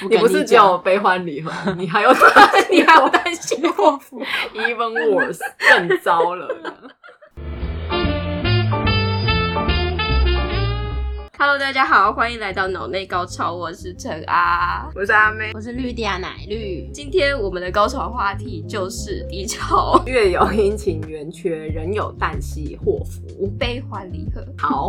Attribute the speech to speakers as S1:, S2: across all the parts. S1: 不
S2: 你
S1: 跟
S2: 不是只
S1: 讲
S2: 有悲欢离合，你还有 你还有担心 祸福，even worse，更糟了。
S1: Hello，大家好，欢迎来到脑内高潮，我是陈啊，
S2: 我是阿妹，
S1: 我是绿地
S3: 啊
S1: 亚奶
S2: 嗯
S1: 绿。今天我们的高潮话题就是低潮、
S2: 月有阴晴圆缺，人有旦夕祸福。
S1: 悲欢离 合。
S2: 好，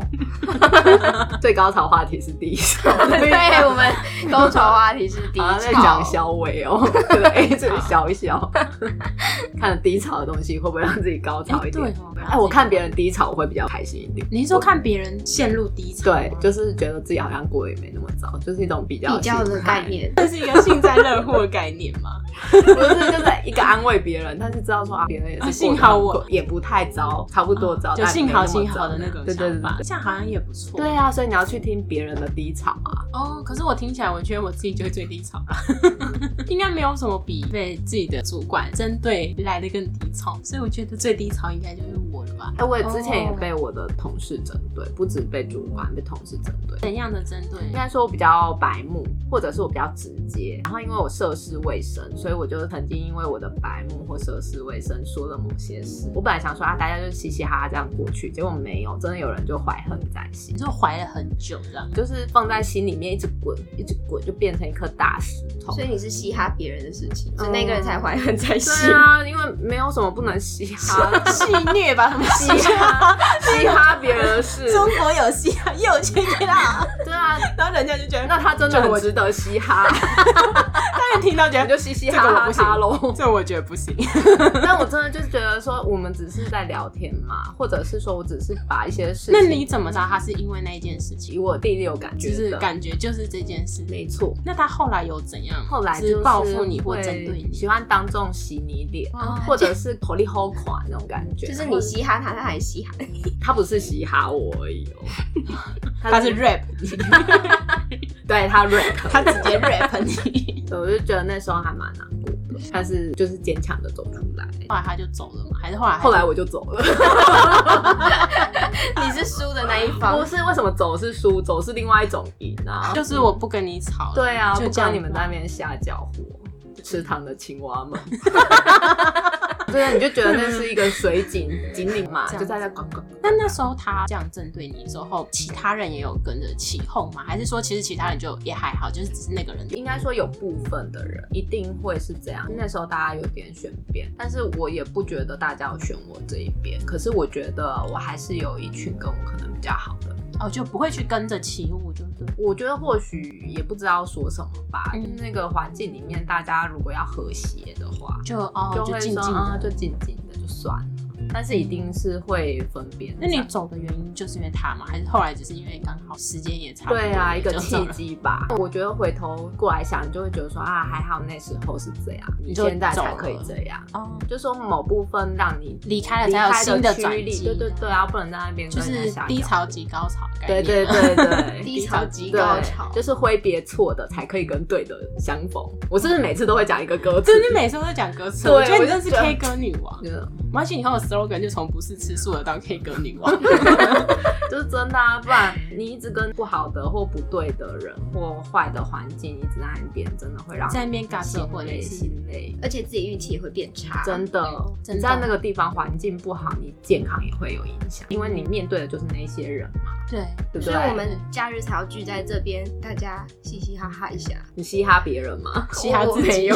S2: 最高潮话题是第一首，
S1: 对我们高潮话题是低
S2: 好
S1: 潮，
S2: 像在讲小伟哦，对哎，这个小一小，看了低潮的东西会不会让自己高潮一点
S3: 哎对哦？
S2: 哎，我看别人低潮我会比较开心一点。
S3: 你是说看别人陷入低潮吗？
S2: 对，就是觉得自己好像过得也没那么糟，就是一种比较
S1: 比较的
S2: 心态
S1: 概，念。
S3: 这是一个幸灾乐祸的概念吗？
S2: 不是就是一个安慰别人，但是知道说啊，别人也是
S3: 啊
S2: 过得
S3: 幸好我
S2: 也不太糟，差 不多糟，
S3: 嗯就
S2: 但
S3: 幸
S2: 没那
S3: 好
S2: 么
S3: 幸
S2: 糟
S3: 好的那种
S2: 对对
S3: 想
S2: 对
S3: 法，
S2: 对
S3: 这样好像也不错。
S2: 对啊，所以你要去听别人的低潮啊，
S3: 哦，可是我听起来，我觉得我自己就是最低潮吧， 应该没有什么比被自己的主管针对来的更低潮，所以我觉得最低潮应该就是我了吧？
S2: 哎，我也之前
S3: 哦
S2: 也被我的同事针对，不止被主管，被同事针对。
S3: 怎样的针对？
S2: 应该说我比较白目，或者是我比较直接。然后因为我涉世未深，所以我就曾经因为我的白目或涉世未深说了某些事。我本来想说啊，大家就嘻嘻哈哈这样过去，结果没有，真的有人就怀恨在心
S3: 你，就怀了很久这样。
S2: 就是放在心里面一直滚，一直滚，就变成一颗大石头。
S1: 所以你是嘻哈别人的事情，所以
S2: 嗯
S1: 那个人才怀恨在心。
S2: 对啊，因为没有什么不能嘻哈，
S3: 戏虐吧， 什么
S2: 嘻哈嘻哈别人的 事。
S3: 国有嘻哈，又有嘻哈，
S2: 对啊，
S3: 然后人家就觉得
S2: 那他真的很值得嘻哈，
S3: 当然听到觉
S2: 我
S3: 得
S2: 就嘻嘻哈哈他喽。
S3: 这我觉得不 行。
S2: 但我真的就是觉得说，我们只是在聊天嘛，或者是说我只是把一些事情，
S3: 那你怎么知道他是因为那一件事
S2: 以
S3: 情？
S2: 我第六感觉
S3: 就
S2: 得
S3: 是感觉就是这件事。
S2: 没错。
S3: 那他后来有怎样？
S2: 后来
S3: 就
S2: 就是是
S3: 报复你或
S2: 会
S3: 针对你
S2: 喜？欢当众洗你脸，
S3: 哦
S2: 或者是口力齁垮那种感觉。
S1: 就是
S2: 然
S1: 你
S2: 后
S1: 嘻哈他，他还嘻 哈你。
S2: 他不是嘻哈我而已 哦，
S3: 他是 rap，
S2: 对他 rap，
S3: 他直接 rap 你。
S2: 对我就觉得那时候还蛮难过的，但是就是坚强的走出来。
S3: 后来他就走了 嘛？还是后来？
S2: 后来我就走了，
S1: 你是输的那一
S2: 不
S1: 方，
S2: 是为什么走是输，走是另外一种赢啊。
S3: 就是我不跟你吵了。
S2: 对啊，
S3: 就
S2: 不
S3: 这样
S2: 跟你们在那边瞎搅和，池塘的青蛙 们。对啊，你就觉得那是一个水井井岭嘛，
S3: 这样
S2: 就
S3: 子
S2: 在那滚滚。
S3: 那那时候他这样针对你之后，其他人也有跟着起哄吗？还是说其实其他人就也还好，就是只是那个人
S2: 应该说有部分的人一定会是这样。那时候大家有点选边，但是我也不觉得大家有选我这一边。可是我觉得我还是有一群跟我可能比较好的。
S3: 哦就不会去跟着起舞，对不对？
S2: 我觉得或许也不知道说什么吧，
S3: 嗯
S2: 就是那个环境里面，大家如果要和谐的话，
S3: 就哦
S2: 就
S3: 就
S2: 会
S3: 静
S2: 说
S3: 静
S2: 啊、
S3: 的。
S2: 就静静的就算了。但是一定是会分别的。
S3: 那你走的原因就是因为他吗？还是后来只是因为刚好时间也差不多？
S2: 对啊，
S3: 你
S2: 一
S3: 就
S2: 个
S3: 走
S2: 契
S3: 了
S2: 机吧。我觉得回头过来想，你就会觉得说啊，还好那时候是这样，你
S3: 就
S2: 现在
S3: 走
S2: 才可以
S3: 了
S2: 这样。
S3: 哦，
S2: 就说某部分让你
S3: 离开了
S2: 离
S3: 才有
S2: 开
S3: 新
S2: 的
S3: 的
S2: 区
S3: 转
S2: 域
S3: 机，
S2: 对对对啊，不能在那边
S3: 就
S2: 跟人
S3: 是
S2: 家瞎
S3: 低
S2: 聊哎
S3: 潮及高潮的概
S2: 对
S3: 念，
S2: 对对 对，
S1: 低潮及
S2: 对
S1: 高潮。
S2: 就是挥别错的，才可以跟对的相逢。我是不是每次都会讲一个歌词？
S3: 真的每次都在讲歌词，
S2: 对
S3: 我觉得
S2: 我
S3: 你
S2: 就
S3: 真的是
S2: 觉得
S3: K 歌女 王。
S2: 真的
S3: 没关系，以后的 slogan 就从不是吃素的到 K 歌女王。
S2: 就是真的啊，不然你一直跟不好的或不对的人或坏的环境一直在那边，真的会让
S3: 在那边尬
S2: 心
S3: 社或者
S2: 累
S3: 是
S2: 心累。
S1: 而且自己运气也会变差。
S2: 真的，
S3: 真的
S2: 你在那个地方环境不好，你健康也会有影响，因为你面对的就是那些人嘛，
S3: 对，
S2: 对不
S1: 所
S2: 对？
S1: 以我们假日才要聚在这边，大家嘻嘻哈哈一下。
S2: 你嘻哈别人 吗？
S3: 嘻哈自
S1: 我没
S3: 己，
S1: 有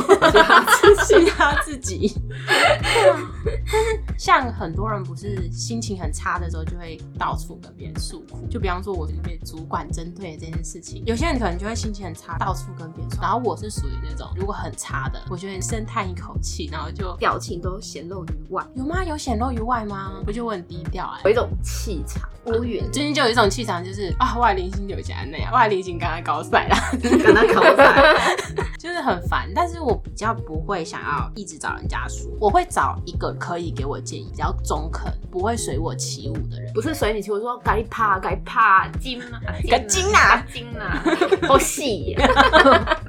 S3: 嘻哈自己。对啊，但是像很多人不是心情很差的时候，就会到处跟别人诉苦。就比方说，我是被主管针对的这件事情，有些人可能就会心情很差，到处跟别人说。然后我是属于那种，如果很差的，我就会深叹一口气，然后就
S1: 表情都显露于外，
S3: 有吗？有显露于外吗？我觉得我很低调哎、
S2: 有一种气场，
S1: 无语。
S3: 最近就有一种气场，就是啊，外零星有加那样，外零星刚刚高赛啦，
S2: 跟他搞在，
S3: 就是很烦。但是我比较不会想要一直找人家说，我会找一个可以给我建议、比较中肯、不会随我起舞的人。
S2: 不是随你气，我说该怕该怕金啊
S3: 该金啊
S2: 金啊， 好细啊 呀，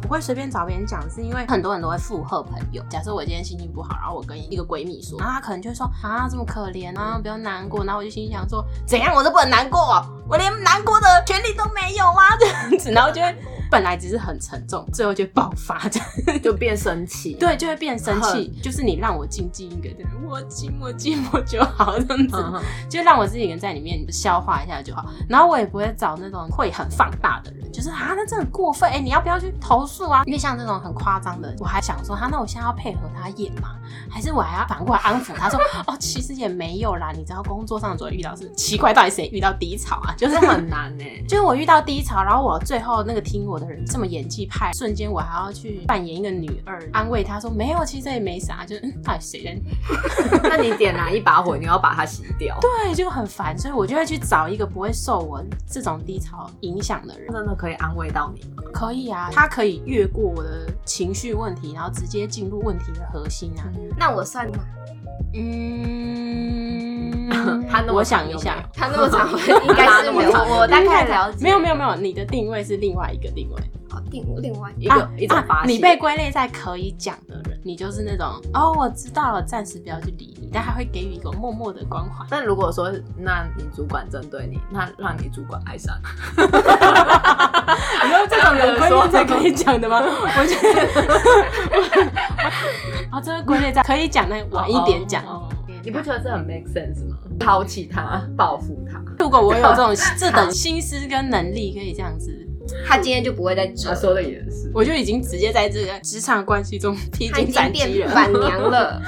S3: 不会随便找别人讲，是因为很多人都会附和朋友。假设我今天心情不好，然后我跟一个闺蜜说，然后她可能就会说啊这么可怜啊，不要难过。然后我就心里想哦说，怎样我都不能难过，我连难过的权利都没有啊这样子，然后就会。本来只是很沉重，最后就爆发这样。
S2: 就变生气。，
S3: 对，就会变生气
S2: 恨，
S3: 就是你让我静静一个，对，我寂寞寂寞就好这样子，
S2: 嗯哼
S3: 就让我自己一个人在里面消化一下就好。然后我也不会找那种会很放大的人，就是啊，那这很过分，哎、你要不要去投诉啊？因为像这种很夸张的，我还想说，他、那我现在要配合他演吗？还是我还要反过来安抚他说，哦，其实也没有啦，你知道工作上所遇到是奇怪，到底谁遇到低潮啊？ 就是
S2: 这很难欸呢、
S3: 就是我遇到低潮，然后我最后那个听我的人这么演技派，瞬间我还要去扮演一个女二，安慰她说没有，其实也没啥，就是嗯，到底谁人
S2: 那你点燃一把火，你要把它熄掉。
S3: 对，就很烦，所以我就会去找一个不会受我这种低潮影响的人。
S2: 真的可以安慰到你吗？，
S3: 可以啊，他可以越过我的情绪问题，然后直接进入问题的核心啊。
S1: 那我算吗？
S3: 嗯
S2: 他那么
S3: 我
S2: 长
S3: 想一
S2: 有没
S3: 下
S2: 有，
S1: 他那么长， 我应该是没有，我我大概了解。
S3: 没有没有没有，你的定位是另外一个定位。
S1: 好，另另外
S2: 一个、一
S1: 啊
S2: 种发
S3: 啊
S2: 泄、
S3: 你被归类在可以讲的人，你就是那种哦，我知道了，暂时不要去理你，但他会给予一个默默的关怀。
S2: 但如果说，那你主管针对你，那让你主管爱 上你，
S3: 你说这种人归类在可以讲的吗？我觉得， 哦，这个归类在可以讲，但晚一点讲。
S2: 哦哦哦你不觉得这很 make sense 吗？抛弃他，报复他，
S3: 如果我有这种这等心思跟能力，可以这样子，
S1: 他今天就不会在这
S2: 他，说的也是。
S3: 我就已经直接在这个职场关系中披
S1: 他已
S3: 荆
S1: 经
S3: 斩棘
S1: 变
S3: 了。
S1: 板娘了。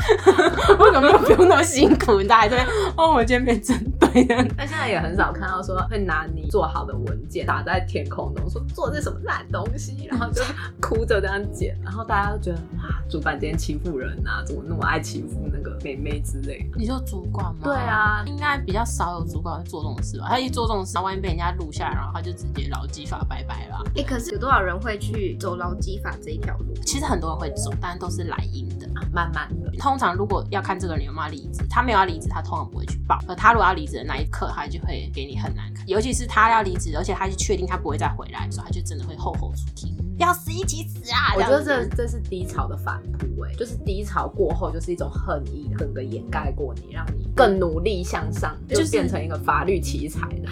S3: 为什么不用那么辛苦？大家在这边哦，我今天被针对了。
S2: 但现在也很少看到说会拿你做好的文件打在天空中，说做这什么烂东西，然后就哭着这样剪，然后大家都觉得哇，主管今天欺负人啊，怎么那么爱欺负那个妹妹之类 的。
S3: 你说主管吗？
S2: 对啊
S3: 应该比较少有主管会做这种事吧？他一做这种事，万一被人家录下来，然后他就直接劳基法拜拜啦。
S1: 哎、可是有多少人会去走劳基法这一条路？
S3: 其实很多人会走，但都是来因的。
S2: 慢慢的，
S3: 通常如果要看这个人有没有离职，他没有要离职，他通常不会去报。而他如果要离职的那一刻，他就会给你很难看。尤其是他要离职，而且他是确定他不会再回来的时候，他就真的会后后出题，
S2: 嗯
S3: 要死一起死啊！
S2: 我觉得
S3: 这样子
S2: 这这是低潮的反扑，哎，就是低潮过后就是一种恨意，整个掩盖过你，让你更努力向上，就
S3: 就是
S2: 变成一个法律奇才了。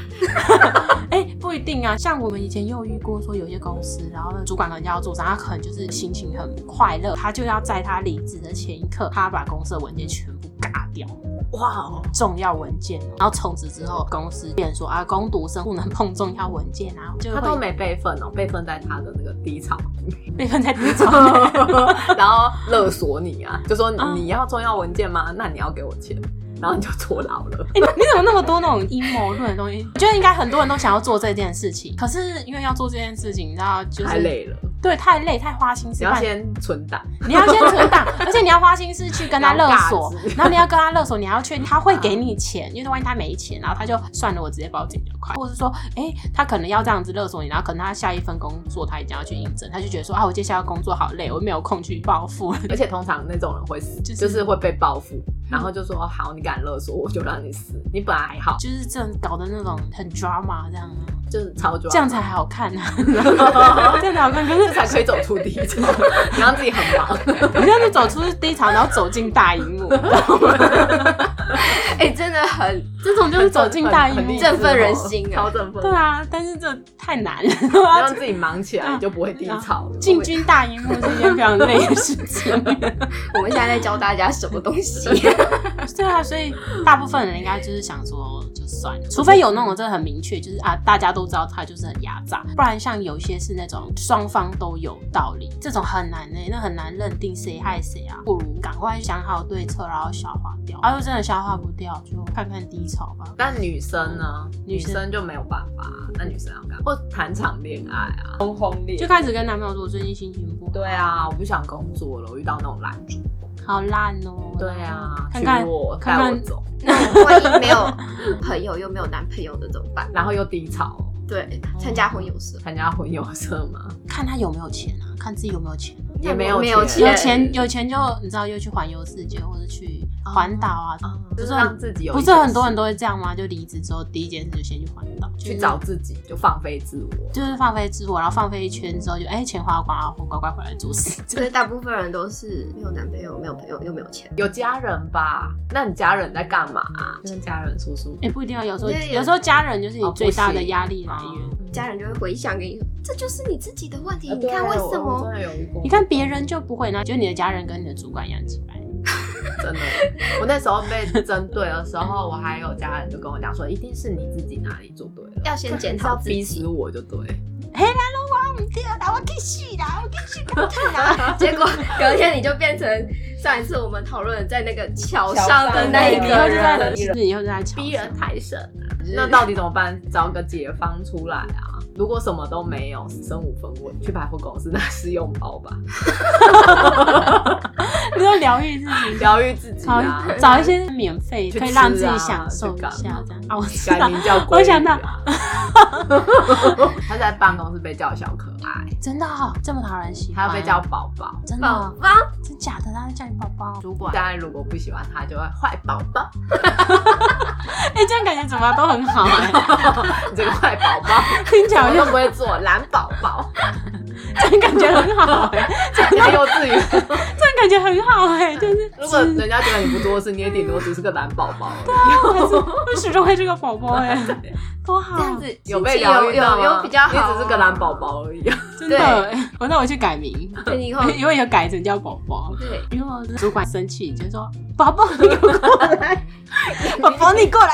S3: 哎、不一定啊，像我们以前也有遇过，说有些公司，然后呢，主管跟人家要做账，他可能就是心情很不快乐，他就要在他离职的前一刻，他把公司的文件全部嘎掉，
S2: 哇哦，
S3: 重要文件，然后从此之后，公司变成说啊，工读生不能碰重要文件啊，就
S2: 他都没备份哦，备份在他的那个低 潮，
S3: 被分在低 潮。
S2: 然后勒索你啊，就说你
S3: 嗯
S2: 你要重要文件吗？那你要给我钱，然后你就坐牢了。
S3: 哎、你怎么那么多那种阴谋论的东西？ 我觉得应该很多人都想要做这件事情，可是因为要做这件事情，你知道， 就是
S2: 太，累了，
S3: 对，太累，太花心思，
S2: 你要先存档，
S3: 你要先存档， 而且你要花心思去跟他勒索
S2: 要尬子，啊
S3: 然后你要跟他勒索，你还要确定他会给你钱，因为万一他没钱，然后他就算了，我直接报警比较快，或者是说，哎、他可能要这样子勒索你，然后可能他下一份工作他已经要去应征，他就觉得说啊，我接下来工作好累，我没有空去报复了。
S2: 而且通常那种人会死，
S3: 就是嗯
S2: 就是会被报复，然后就说好，你敢勒索我就让你死，你本来还好，
S3: 就是这样搞的那种很 drama 这样啊，
S2: 就是超抓，
S3: 这样才好看 啊， 这样才好看。可是
S2: 这才可以走出低 潮，你让自己很忙。
S3: 你这样子走出低潮，然后走进大荧幕，
S1: 哎、真的很
S3: 这种就是走进大荧
S2: 很
S3: 幕
S2: 很。
S1: 振奋人心啊
S2: 超振奋。
S3: 对啊，但是这太难了，
S2: 你让自己忙起
S3: 嗯
S2: 来，你就不会低潮。
S3: 进军大荧幕是一件非常累的事情。
S1: 我们现在在教大家什么东西？
S3: 对啊，所以大部分人应该就是想说就算了，除非有那种真的很明确，就是啊大家都知道他就是很压榨，不然像有一些是那种双方都有道理，这种很难呢、那很难认定谁害谁啊，不如赶快想好对策，然后消化掉。啊，又真的消化不掉，就看看低潮吧。
S2: 但女生呢？女
S3: 女生
S2: 生就没有办法。啊那女生要干嘛？或谈场恋爱啊，轰轰烈
S3: 就开始跟男朋友说最近心情不好，
S2: 对，啊，我不想工作了，我遇到那种烂主。
S3: 好烂哦、
S2: 对啊，
S3: 看看
S2: 娶我带
S3: 看看
S2: 我走，
S1: 那万一没有朋友又没有男朋友的怎么办？
S2: 然后又低潮，
S1: 对，参加婚友社
S2: 参加婚友社嘛，
S3: 看他有没有钱啊，看自己有没有钱。
S2: 也没有
S1: 没有
S2: 钱
S1: 对
S3: 有钱有钱就你知道又去环游世界或者去环岛啊，
S2: 啊，就是是
S3: 很
S2: 让自己有
S3: 不
S2: 一
S3: 是
S2: 件
S3: 很多
S2: 事
S3: 人都会这样吗？就离职之后第一件事就先去环岛，就是
S2: 去找，自己，就放飞自我。
S3: 就是放飞自我，然后放飞一圈之后就哎、钱花光啊，我乖乖回来做事。
S1: 所以大部分人都是没有男朋友、没有朋友又没有钱。
S2: 有家人吧？那你家人在干嘛、跟家人说说。
S3: 哎、不一定啊，有时候
S1: 因为有
S3: 有时候家人就是你
S2: 哦
S3: 最大
S2: 不
S3: 的
S2: 行
S1: 嗯
S3: 压力来源。
S1: 家人就会回想给你，这就是你自己的问题。
S2: 啊
S1: 你
S2: 对
S1: 看为
S2: 我
S1: 什
S2: 我
S1: 么？
S2: 真的有遇过
S3: 你看别人就不会呢，就你的家人跟你的主管一样鸡掰。
S2: 真的， 我那时候被针对的时候，我还有家人就跟我讲说，一定是你自己哪里做对了，
S1: 要先检讨
S2: 要
S1: 自
S2: 逼
S1: 己
S2: 死。我就对。
S3: 我
S2: 嗯
S3: 唔对
S2: 啊
S3: 啦，我继续啦，我继续跟看啦。
S1: 结果隔天你就变成上一次我们讨论的在那个桥上的那
S3: 对，你
S2: 对
S1: 一
S3: 以
S1: 个
S3: 后就在
S1: 人，
S3: 你以后就在吵
S2: 逼
S3: 架
S2: 人抬审啊！那到底怎么办？找个解方出来啊！如果什么都没有，身无分文，去百货公司拿试用包吧，
S3: 你要疗 愈自己，
S2: 疗愈自己
S3: 找
S2: 啊！
S3: 找一些免费
S2: 去
S3: 可以让自
S2: 吃啊
S3: 己享受一
S2: 去
S3: 下
S2: 干
S3: 这样
S2: 嘛
S3: 啊。我知
S2: 改
S3: 道，
S2: 名叫鲑鱼啊
S3: 我想到，
S2: 他在办公室被叫小可爱，
S3: 真的哦这么讨人喜
S2: 他
S3: 欢，
S2: 要被叫宝宝。
S3: 真的
S1: 宝
S3: 哦
S1: 宝，
S3: 真假的，他会叫你宝宝。
S2: 主管家人如果不喜欢他，就会坏宝 宝，
S3: 哎，这样感觉怎么都很 好哎，
S2: 你这个坏宝宝，
S3: 听起来
S2: 我
S3: 好
S2: 就
S3: 像
S2: 不会做懒宝宝，
S3: 这样感觉很好哎，
S2: 这样幼稚园。
S3: 这样感觉很好哎， 就是
S2: 如果人家觉得你不做事，你也顶多只是个懒宝宝而已。
S3: 我始终会这个宝宝哎，多好，
S1: 这样子
S2: 有被
S1: 有
S2: 疗
S1: 有
S2: 愈到吗
S1: 有比较
S3: 啊
S1: 好，
S2: 你只是个懒宝，宝而已。
S3: 真的哎。我那我去改名，
S1: 对你以后
S3: 因为有改成叫宝宝。
S1: 对。
S3: 因为主管生气，就说：“宝宝，你给我过来，宝宝你过来。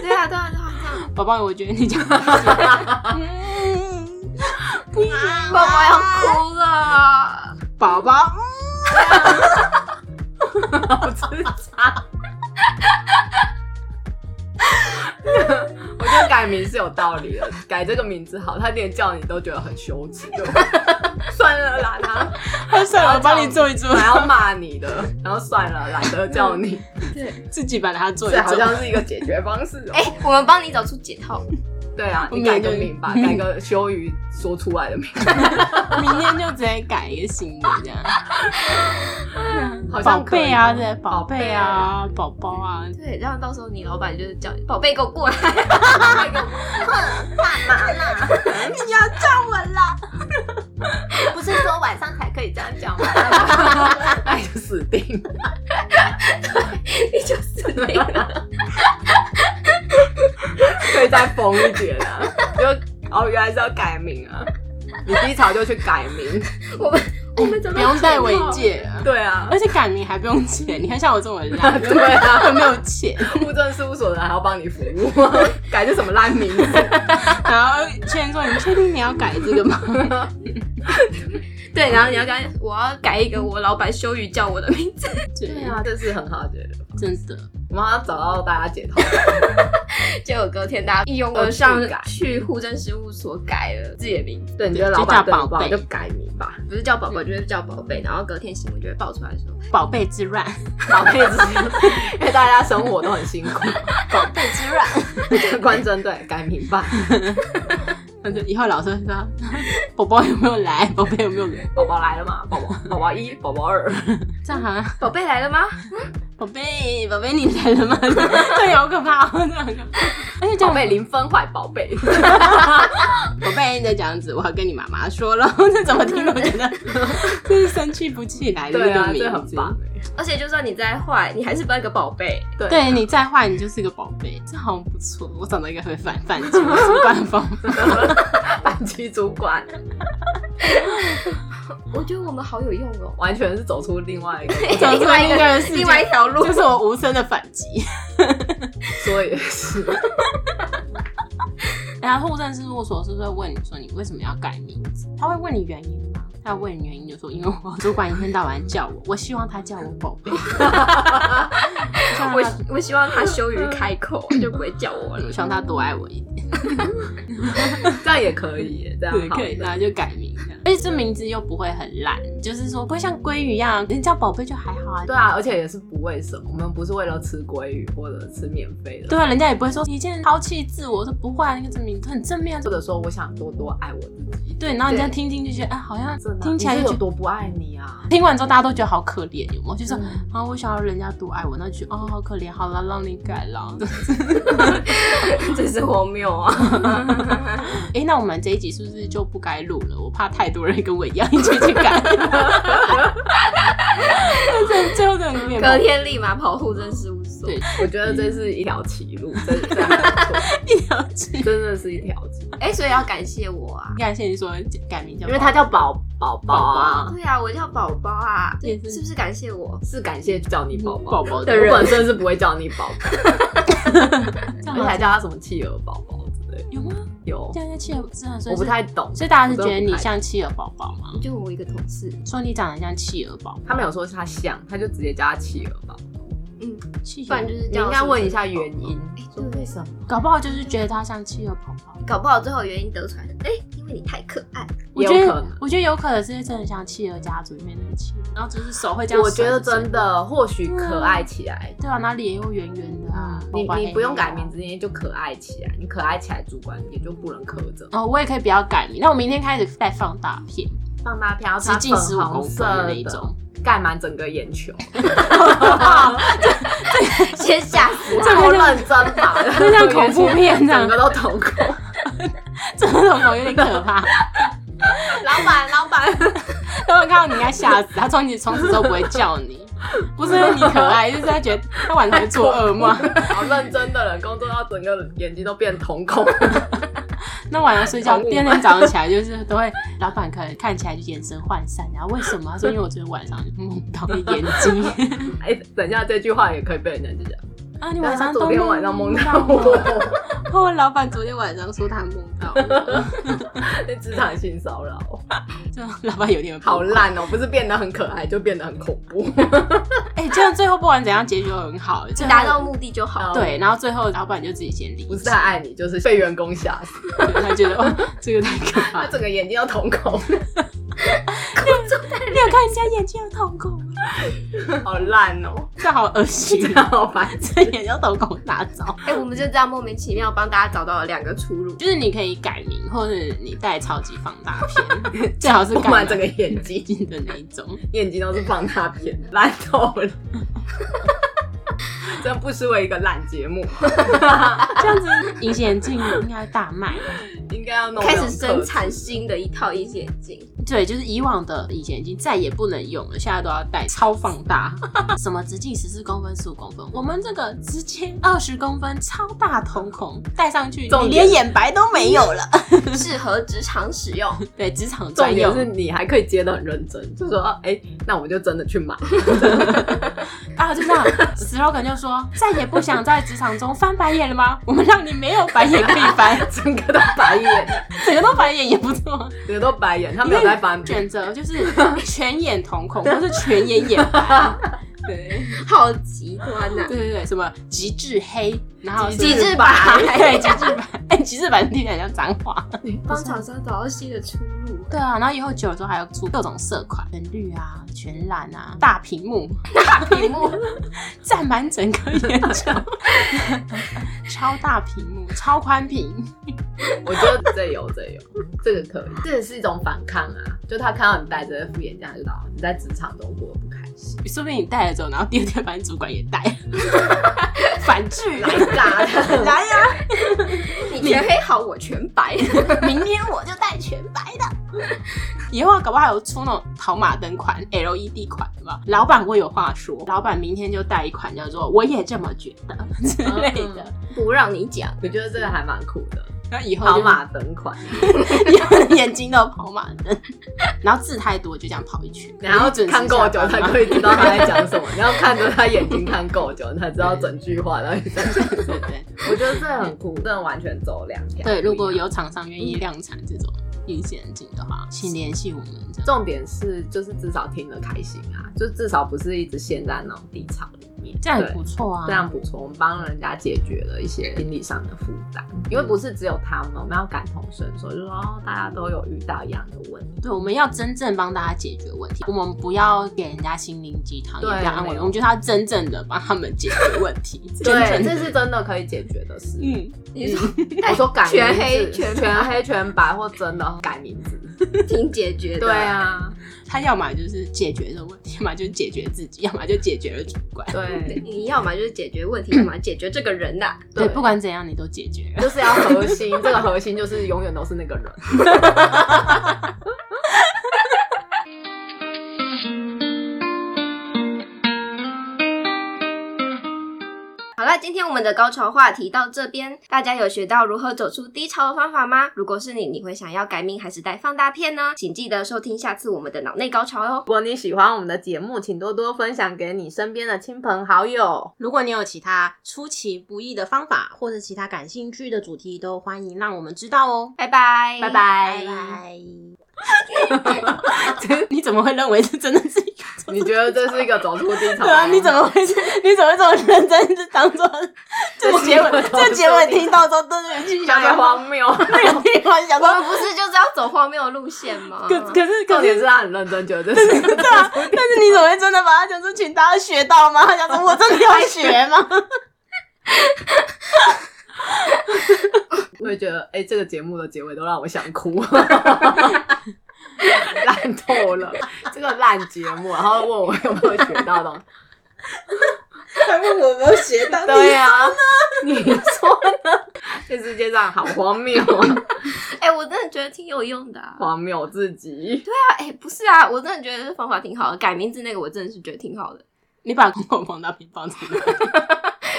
S1: 对啊，对啊，对啊，对啊”
S3: 宝宝，我觉得你这样不行，嗯不行，
S1: 宝宝要哭了。
S3: 宝宝，
S2: 我真的差。 我觉得改名是有道理的，改这个名字好，他连叫你都觉得很羞耻。 就算了啦，他
S3: 他算了，我帮你做一做，
S2: 还要骂你的，然后算了，懒得叫你，
S3: 自己把它做一
S2: 这好
S3: 做。
S2: 像是一个解决方式哦、
S1: 哎、我们帮你找出解套。
S2: 对啊，
S3: 我
S2: 你
S3: 明
S2: 改
S3: 天
S2: 个
S3: 就
S2: 名吧，改个羞于说出来的名，
S3: 明天就直接改一个新的 这样。
S2: 好
S3: 宝
S2: 像可以
S3: 贝啊，
S2: 哦
S3: 对，宝贝，啊，宝宝啊，
S1: 对，然后到时候你老板就是叫你宝贝给我过来，
S3: 你要叫我啦！
S2: 不是说晚上才可以这样讲吗？ 那你就死定了。
S1: 你就是没了。
S2: 可以再疯一点啊！就哦，原来是要改名啊！你低潮就去改名，
S1: 我们 我们怎么
S3: 不用戴尾？戒啊，
S2: 对 啊，
S3: 而且改名还不用钱。你看像我这么烂，
S2: 对啊
S3: 又没有钱，
S2: 户政事务所的人还要帮你服务，改这什么烂名字？
S3: 然后圈说：“你确定你要改这个吗？”
S1: 对，然后你要讲我要改一个我老板羞于叫我的名字，
S3: 对，
S2: 啊，这是很好的解决。
S3: 真的。
S2: 我们要找到大家解套，
S1: 结果隔天大家一拥而呃上去户政事务所改了自己的名字，
S2: 对，你觉得老板
S3: 就叫宝
S2: 对
S3: 贝
S2: 你不好就改名吧，
S1: 不是叫宝宝
S3: 嗯
S1: 就是叫宝贝，然后隔天新闻就会爆出来说，
S3: 宝贝之 乱，
S2: 宝贝之间，因为大家生活都很辛苦，
S3: 宝贝之乱。
S2: 关针对改名吧，
S3: 以后老师会说：“ 宝宝有没有来？宝贝有没有来
S2: 宝宝来了 嘛，宝宝宝宝一，宝宝二，？”
S3: 这样好像
S1: 宝贝来了吗？
S3: 宝贝，宝贝，你来了吗？对，好可怕、哦，这样很可怕。而且这
S2: 宝
S3: 样，
S2: 贝零分坏宝贝，
S3: 宝贝，你再这样子，我要跟你妈妈说了。 这怎么听？我觉得就是生气不起来的
S2: 对
S3: 那个
S2: 啊，
S3: 名字。
S2: 这很棒欸，
S1: 而且就算你再坏，你还是不要一个宝贝。
S2: 对
S3: 对你再坏，你就是个宝贝，这好像不错。我找到一个会反反击主管的方法。
S2: 班级主管。
S3: 嗯
S1: 我觉得我们好有用哦，
S2: 完全是走出哎另外一个，
S3: 走出
S1: 另外
S3: 另外一
S1: 一个
S3: 个世界
S1: 另外一条路
S3: 嗯就。是我无声的反击。
S2: 所以 是
S3: 然后户政事务所是不是会问你说你为什么要改名字？他会问你原因吗？他会问你原因就说因为我主管一天到晚叫我，我希望他叫我宝贝。
S1: 我希我希望他羞于开口，
S3: 嗯
S1: 就不会叫我了
S3: 我。希望他多爱我一点，
S2: 这样也可以耶，这样
S3: 对，
S2: 好
S3: 可以，然后就改名这样，而且这名字又不会很烂，就是说不会像鲑鱼一样，人叫宝贝就还好啊。
S2: 对啊，而且也是不为什么，我们不是为了吃鲑鱼或者吃免费的，
S3: 对啊，人家也不会说一件抛弃自我，说不会啊，那个这名字很正面啊。
S2: 或者说我想多多爱我自己，
S3: 对，然后你这样
S1: 对
S3: 听听就觉得，哎，好像
S2: 真的啊
S3: 听起来
S2: 你
S3: 就是觉得
S2: 有多不爱你啊？
S3: 听完之后大家都觉得好可怜，有没有？就说、
S2: 嗯
S3: 啊，我想要人家多爱我，那就觉得哦，好可怜，好了，让你改 了。
S1: 真是荒谬啊！
S3: 哎、那我们这一集是不是就不该录了？我怕太多人跟我一样一起去改。 那这最后真的有点
S1: 隔天立马跑户政事务所
S3: 对。
S2: 我觉得这是一条歧路，真的这样不错
S3: 一条筋。
S2: 真的是一条筋，
S1: 哎、所以要感谢我啊。
S3: 感谢你说改名叫，
S2: 因为他叫宝宝宝啊，
S1: 对啊，我叫宝宝啊，
S3: 也
S1: 是
S3: 是
S1: 是不是感谢我？
S2: 是感谢叫你宝宝
S3: 宝宝
S2: 的
S3: 的
S2: 人，
S1: 人
S2: 我本身是不会叫你宝宝，
S3: 这样
S2: 而
S3: 好
S2: 且还叫他什么企鹅宝宝之类的，
S3: 有吗？
S2: 有
S3: 这样在企鹅真的
S2: 我
S3: 算
S2: 不
S3: 是，
S2: 太懂，
S3: 所以大家是觉得
S2: 我真的
S3: 你
S2: 不太
S3: 像企鹅宝宝吗？
S1: 就我一个同事，
S3: 说你长得像企鹅宝宝，
S2: 他没有说他像，他就直接叫他企鹅宝宝。
S1: 嗯，
S3: 企
S1: 不然
S3: 鹅
S1: 就是
S2: 你
S1: 叫
S2: 应该问一
S1: 下，
S2: 下原因
S1: 哎，
S2: 说为什么？
S3: 搞不好就是觉得他像企鹅宝宝。
S1: 搞不好最后原因得出来的，哎、因为你太可爱。
S3: 我
S2: 也
S3: 觉
S2: 有可
S3: 得
S2: 能，。
S3: 我觉得有可能是真的像企鹅家族里面的企鹅，然后就是手会这样。
S2: 我觉得真，的，或许可爱起来。
S3: 对啊，那脸又圆圆的啊。
S2: 嗯你
S3: 宝宝黑黑啊
S2: 你
S3: 的
S2: 不用改名字，你就可爱起来。你可爱起来，主管也就不能苛责。
S3: 哦，我也可以不要改名。那我明天开始带放大片，
S2: 放大片要
S3: 直
S2: 穿
S3: 径
S2: 粉
S3: 十五
S2: 红
S3: 公
S2: 色
S3: 分
S2: 的
S3: 的那一种，
S2: 盖满整个 眼球，
S1: 先吓死
S2: 这
S1: 他！
S2: 么认真吧？
S3: 这 像恐怖片这样
S2: 整个都瞳孔。
S3: 真的我有点可怕。
S2: 老板，老板，
S3: 然后看到你应该吓死，他从你从此都不会叫你，不是因为你可爱，就是他觉得他晚上会做噩 梦，
S2: 好认真的人，工作到整个眼睛都变瞳孔。
S3: 那晚上睡觉，
S2: 恐怖
S3: 第二天早上起来就是都会，老板可能看起来就眼神涣散，然后为什么？他说因为我昨天晚上梦到你眼睛
S2: 哎、等一下，这句话也可以被人家讲。
S3: 啊，你晚
S2: 但
S3: 上
S2: 他
S3: 都
S2: 昨天晚上梦到
S3: 我，
S2: 我，
S3: 或老板昨天晚上说他梦到我，
S2: 那职场性骚扰，
S3: 就老板有点不
S2: 好烂哦、不是变得很可爱，就变得很恐怖。
S3: 哎、这样最后不管怎样结局都很 好，就
S1: 达到目的就好。
S3: 对，然后最后老板就自己先离
S2: 不是
S3: 职，
S2: 啊太爱你，就是被员工吓死，
S3: 对他觉得哇 这个太可怕
S2: 他
S3: 了，
S2: 整个眼睛要瞳 孔，
S3: 你有看人家眼睛有瞳孔吗？
S2: 好烂哦、
S3: 这好恶 心啊！
S2: 好烦。
S3: 这也叫瞳孔大招，
S1: 哎、我们就这样莫名其妙帮大家找到了两个出路。
S3: 就是你可以改名，或者你带超级放大 片，最好是
S2: 不
S3: 盖
S2: 满
S3: 满
S2: 整个眼睛，
S3: 睛的那一种。
S2: 眼睛都是放大片，烂透了。 真不失为一个烂节目，
S3: 这样子隐形眼镜应该大卖。
S2: 应该要弄
S1: 开始
S2: 这种
S1: 生
S2: 特
S1: 产新的一套隐形眼镜，
S3: 对，就是以往的隐形眼镜再也不能用了，现在都要戴超放大， 什么直径十四公分、十五公分，我们这个直径二十公分超大瞳孔戴上去，
S2: 重
S3: 你
S2: 点
S3: 连眼白都没有了。
S1: 适合职场使用。
S3: 对，职场
S2: 重
S3: 专
S2: 点
S3: 用
S2: 是你还可以接得很认真，就说哎、那我就真的去买。
S3: 啊，就这样 slogan 就说再也不想在职场中翻白眼了吗？我们让你没有白眼可以翻。
S2: 整个都白眼，
S3: 整个都白眼也不错。
S2: 整个都白眼，他没有在翻 白
S3: 选择就是全眼瞳孔，或是全眼眼白。对
S1: 好极端呐、
S3: 对对对，什么极致黑，然后是
S1: 极致白，
S3: 对极致白，哎、极致白听起来像脏话。
S2: 眼。
S1: 帮厂商找到新的出路。
S3: 对啊，然后以后久了之后还要出各种色款，全绿啊、全蓝啊、大屏幕，
S1: 大屏幕，
S3: 占满整个眼球， 超大屏幕、超宽屏，
S2: 我觉得这有这有，这个可以，这也是一种反抗啊！就他看到你戴着这副眼镜，他就知道你在职场中过得不开 心，
S3: 说不定你戴了之后，然后第二天把你主管也戴， 反制啊！
S2: 炸的。
S3: 来呀、
S1: 你全黑好，我全白。
S3: 明天我就戴全白的。以后啊搞不好还有出那种跑马灯款、LED 款的吧？老板会有话说，老板明天就带一款叫做“我也这么觉得”之类的。
S1: 不让你讲，
S2: 我觉得这个还蛮酷的，
S3: 那以后
S2: 跑
S3: 哦就
S2: 马灯款，
S3: 以后的 眼睛都有跑马灯， 然后字太多就这样跑一圈，
S2: 然后
S3: 准时
S2: 看够
S3: 下
S2: 久
S3: 班
S2: 才
S3: 嘛
S2: 可以知道他在讲什么，你要看着他眼睛看够久，你才知道整句话到底在讲什么。
S3: 对 对
S2: 我觉得这很酷，真的完全走两条。
S3: 对，如果有厂商愿意量产这种隐形眼镜的话，请联系我们。这样
S2: 重点是，就是至少听得开心啊，就至少不是一直陷在那种低潮里面。
S3: 这样也
S2: 对
S3: 不错啊，
S2: 这样不错，我们帮人家解决了一些心理上的负担，因为不是只有他们，我们要感同身受，就是说哦大家都有遇到一样的问题。
S3: 对，我们要真正帮大家解决问题，我们不要给人家心灵鸡汤，也
S2: 对
S3: 不要安
S2: 没
S3: 慰，
S2: 有
S3: 我们就是要真正的帮他们解决问题。真
S2: 对，
S3: 正
S2: 这
S3: 的，
S2: 是真的可以解决的事。
S3: 嗯，
S1: 你说
S2: 我说改名字
S1: 全黑全白
S2: 全黑全白，或真的改名字。
S1: 挺解 决的。
S2: 对，啊，
S3: 他要么就是解决这个问题，要么就解决自己，要么就解决了主管。
S2: 对
S1: 你要么就是解决问题，要么解决这个人呐、
S3: 对，不管怎样你都解决了。
S2: 就是要核心，这个核心就是永远都是那个人。
S1: 好了，今天我们的高潮话题到这边，大家有学到如何走出低潮的方法吗？如果是你，你会想要改命还是戴放大片呢？请记得收听下次我们的脑内高潮哦
S2: 如。果你喜欢我们的节目，请多多分享给你身边的亲朋好友。
S3: 如果你有其他出其不意的方法，或者其他感兴趣的主题，都欢迎让我们知道哦。
S1: 拜拜，
S2: 拜拜
S3: 拜拜。 你怎么会认为这真的是一个？
S2: 你觉得这是一个走出低潮
S3: 对啊，
S2: 吗？
S3: 你怎么会？你怎么会这么认真？就当做 这
S2: 这
S3: 结尾
S2: 结尾，都是
S3: 这结尾听到之后，真的心想
S2: 有点
S3: 说，
S2: 荒 谬？
S3: 那个想
S1: 我
S3: 说，
S1: 们不是就是要走荒谬的路线吗？
S3: 可可是
S2: 重
S3: 可
S2: 点
S3: 嗯是
S2: 是他很认真，觉得这是一个
S3: 对 啊，但是你怎么会真的把它讲出请大家学到吗？他想说我真的要学吗？
S2: 我会觉得，哎、这个节目的结尾都让我想 哭，烂透了，这个烂节目，然后问我有没有学到 东西？
S3: 他问我有没有学到
S2: 对
S1: 啊
S2: 呀、你说呢？这世界上好荒谬啊，
S1: 哎、我真的觉得挺有用的、啊。
S2: 荒谬自己。
S1: 啊哎、不是啊，我真的觉得这方法挺好的，改名字那个我真的是觉得挺好的，
S3: 你把公共放大屏放在哪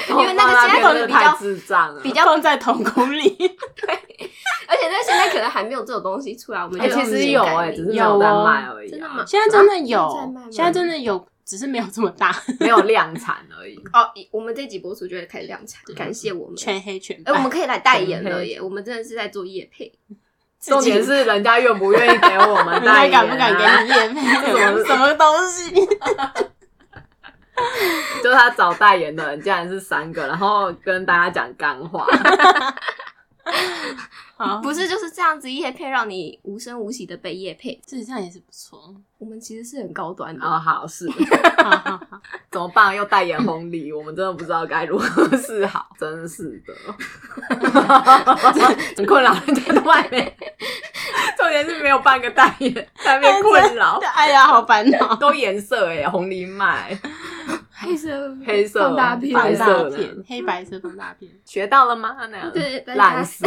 S2: 哦
S1: 因为那个现在可
S2: 真
S1: 能
S2: 的
S1: 比较
S2: 太智障了
S1: 比。较，
S3: 放在瞳孔里。
S1: 而且那现在可能还没有这种东西出来，我们
S2: 哎、
S1: 就
S2: 其实有哎、只是没有在卖而已、啊，
S1: 真的吗
S3: 现在真的
S1: 现在
S3: 有
S1: 卖吗，
S3: 现在真的有，只是没有这么大，
S2: 没有量产而已。
S1: 哦，我们这集播出就会开始量产，感谢我们。
S3: 全黑全
S1: 哎、
S3: 白。
S1: 我们可以来代言了耶！我们真的是在做业配，
S3: 自己
S2: 重点是人家愿不愿意给 我们
S3: 人家
S2: 代言、啊，
S3: 敢不敢给你夜配？
S2: 这种
S3: 什么东西？
S2: 就他找代言的人竟然是三个，然后跟大家讲干 话，
S3: 好
S1: 不是就是这样子业配，让你无声无息的被业配。
S3: 自己这样也是不错。
S1: 我们其实是很高端的。
S2: 哦，好是，
S3: 好好好
S2: 怎么办？又代言红利，我们真的不知道该如何是好， 真是 的，很困扰人家的外 面，重点是没有半个代言，在那边困 扰，
S3: 哎呀，好烦恼。
S2: 都颜色哎，红梨麦，
S1: 黑色
S2: 黑色
S1: 放大片，
S2: 白
S3: 放
S2: 色
S3: 大
S2: 的
S3: 片，黑白色放大片。
S2: 学到了吗？那样
S1: 对，
S2: 烂死。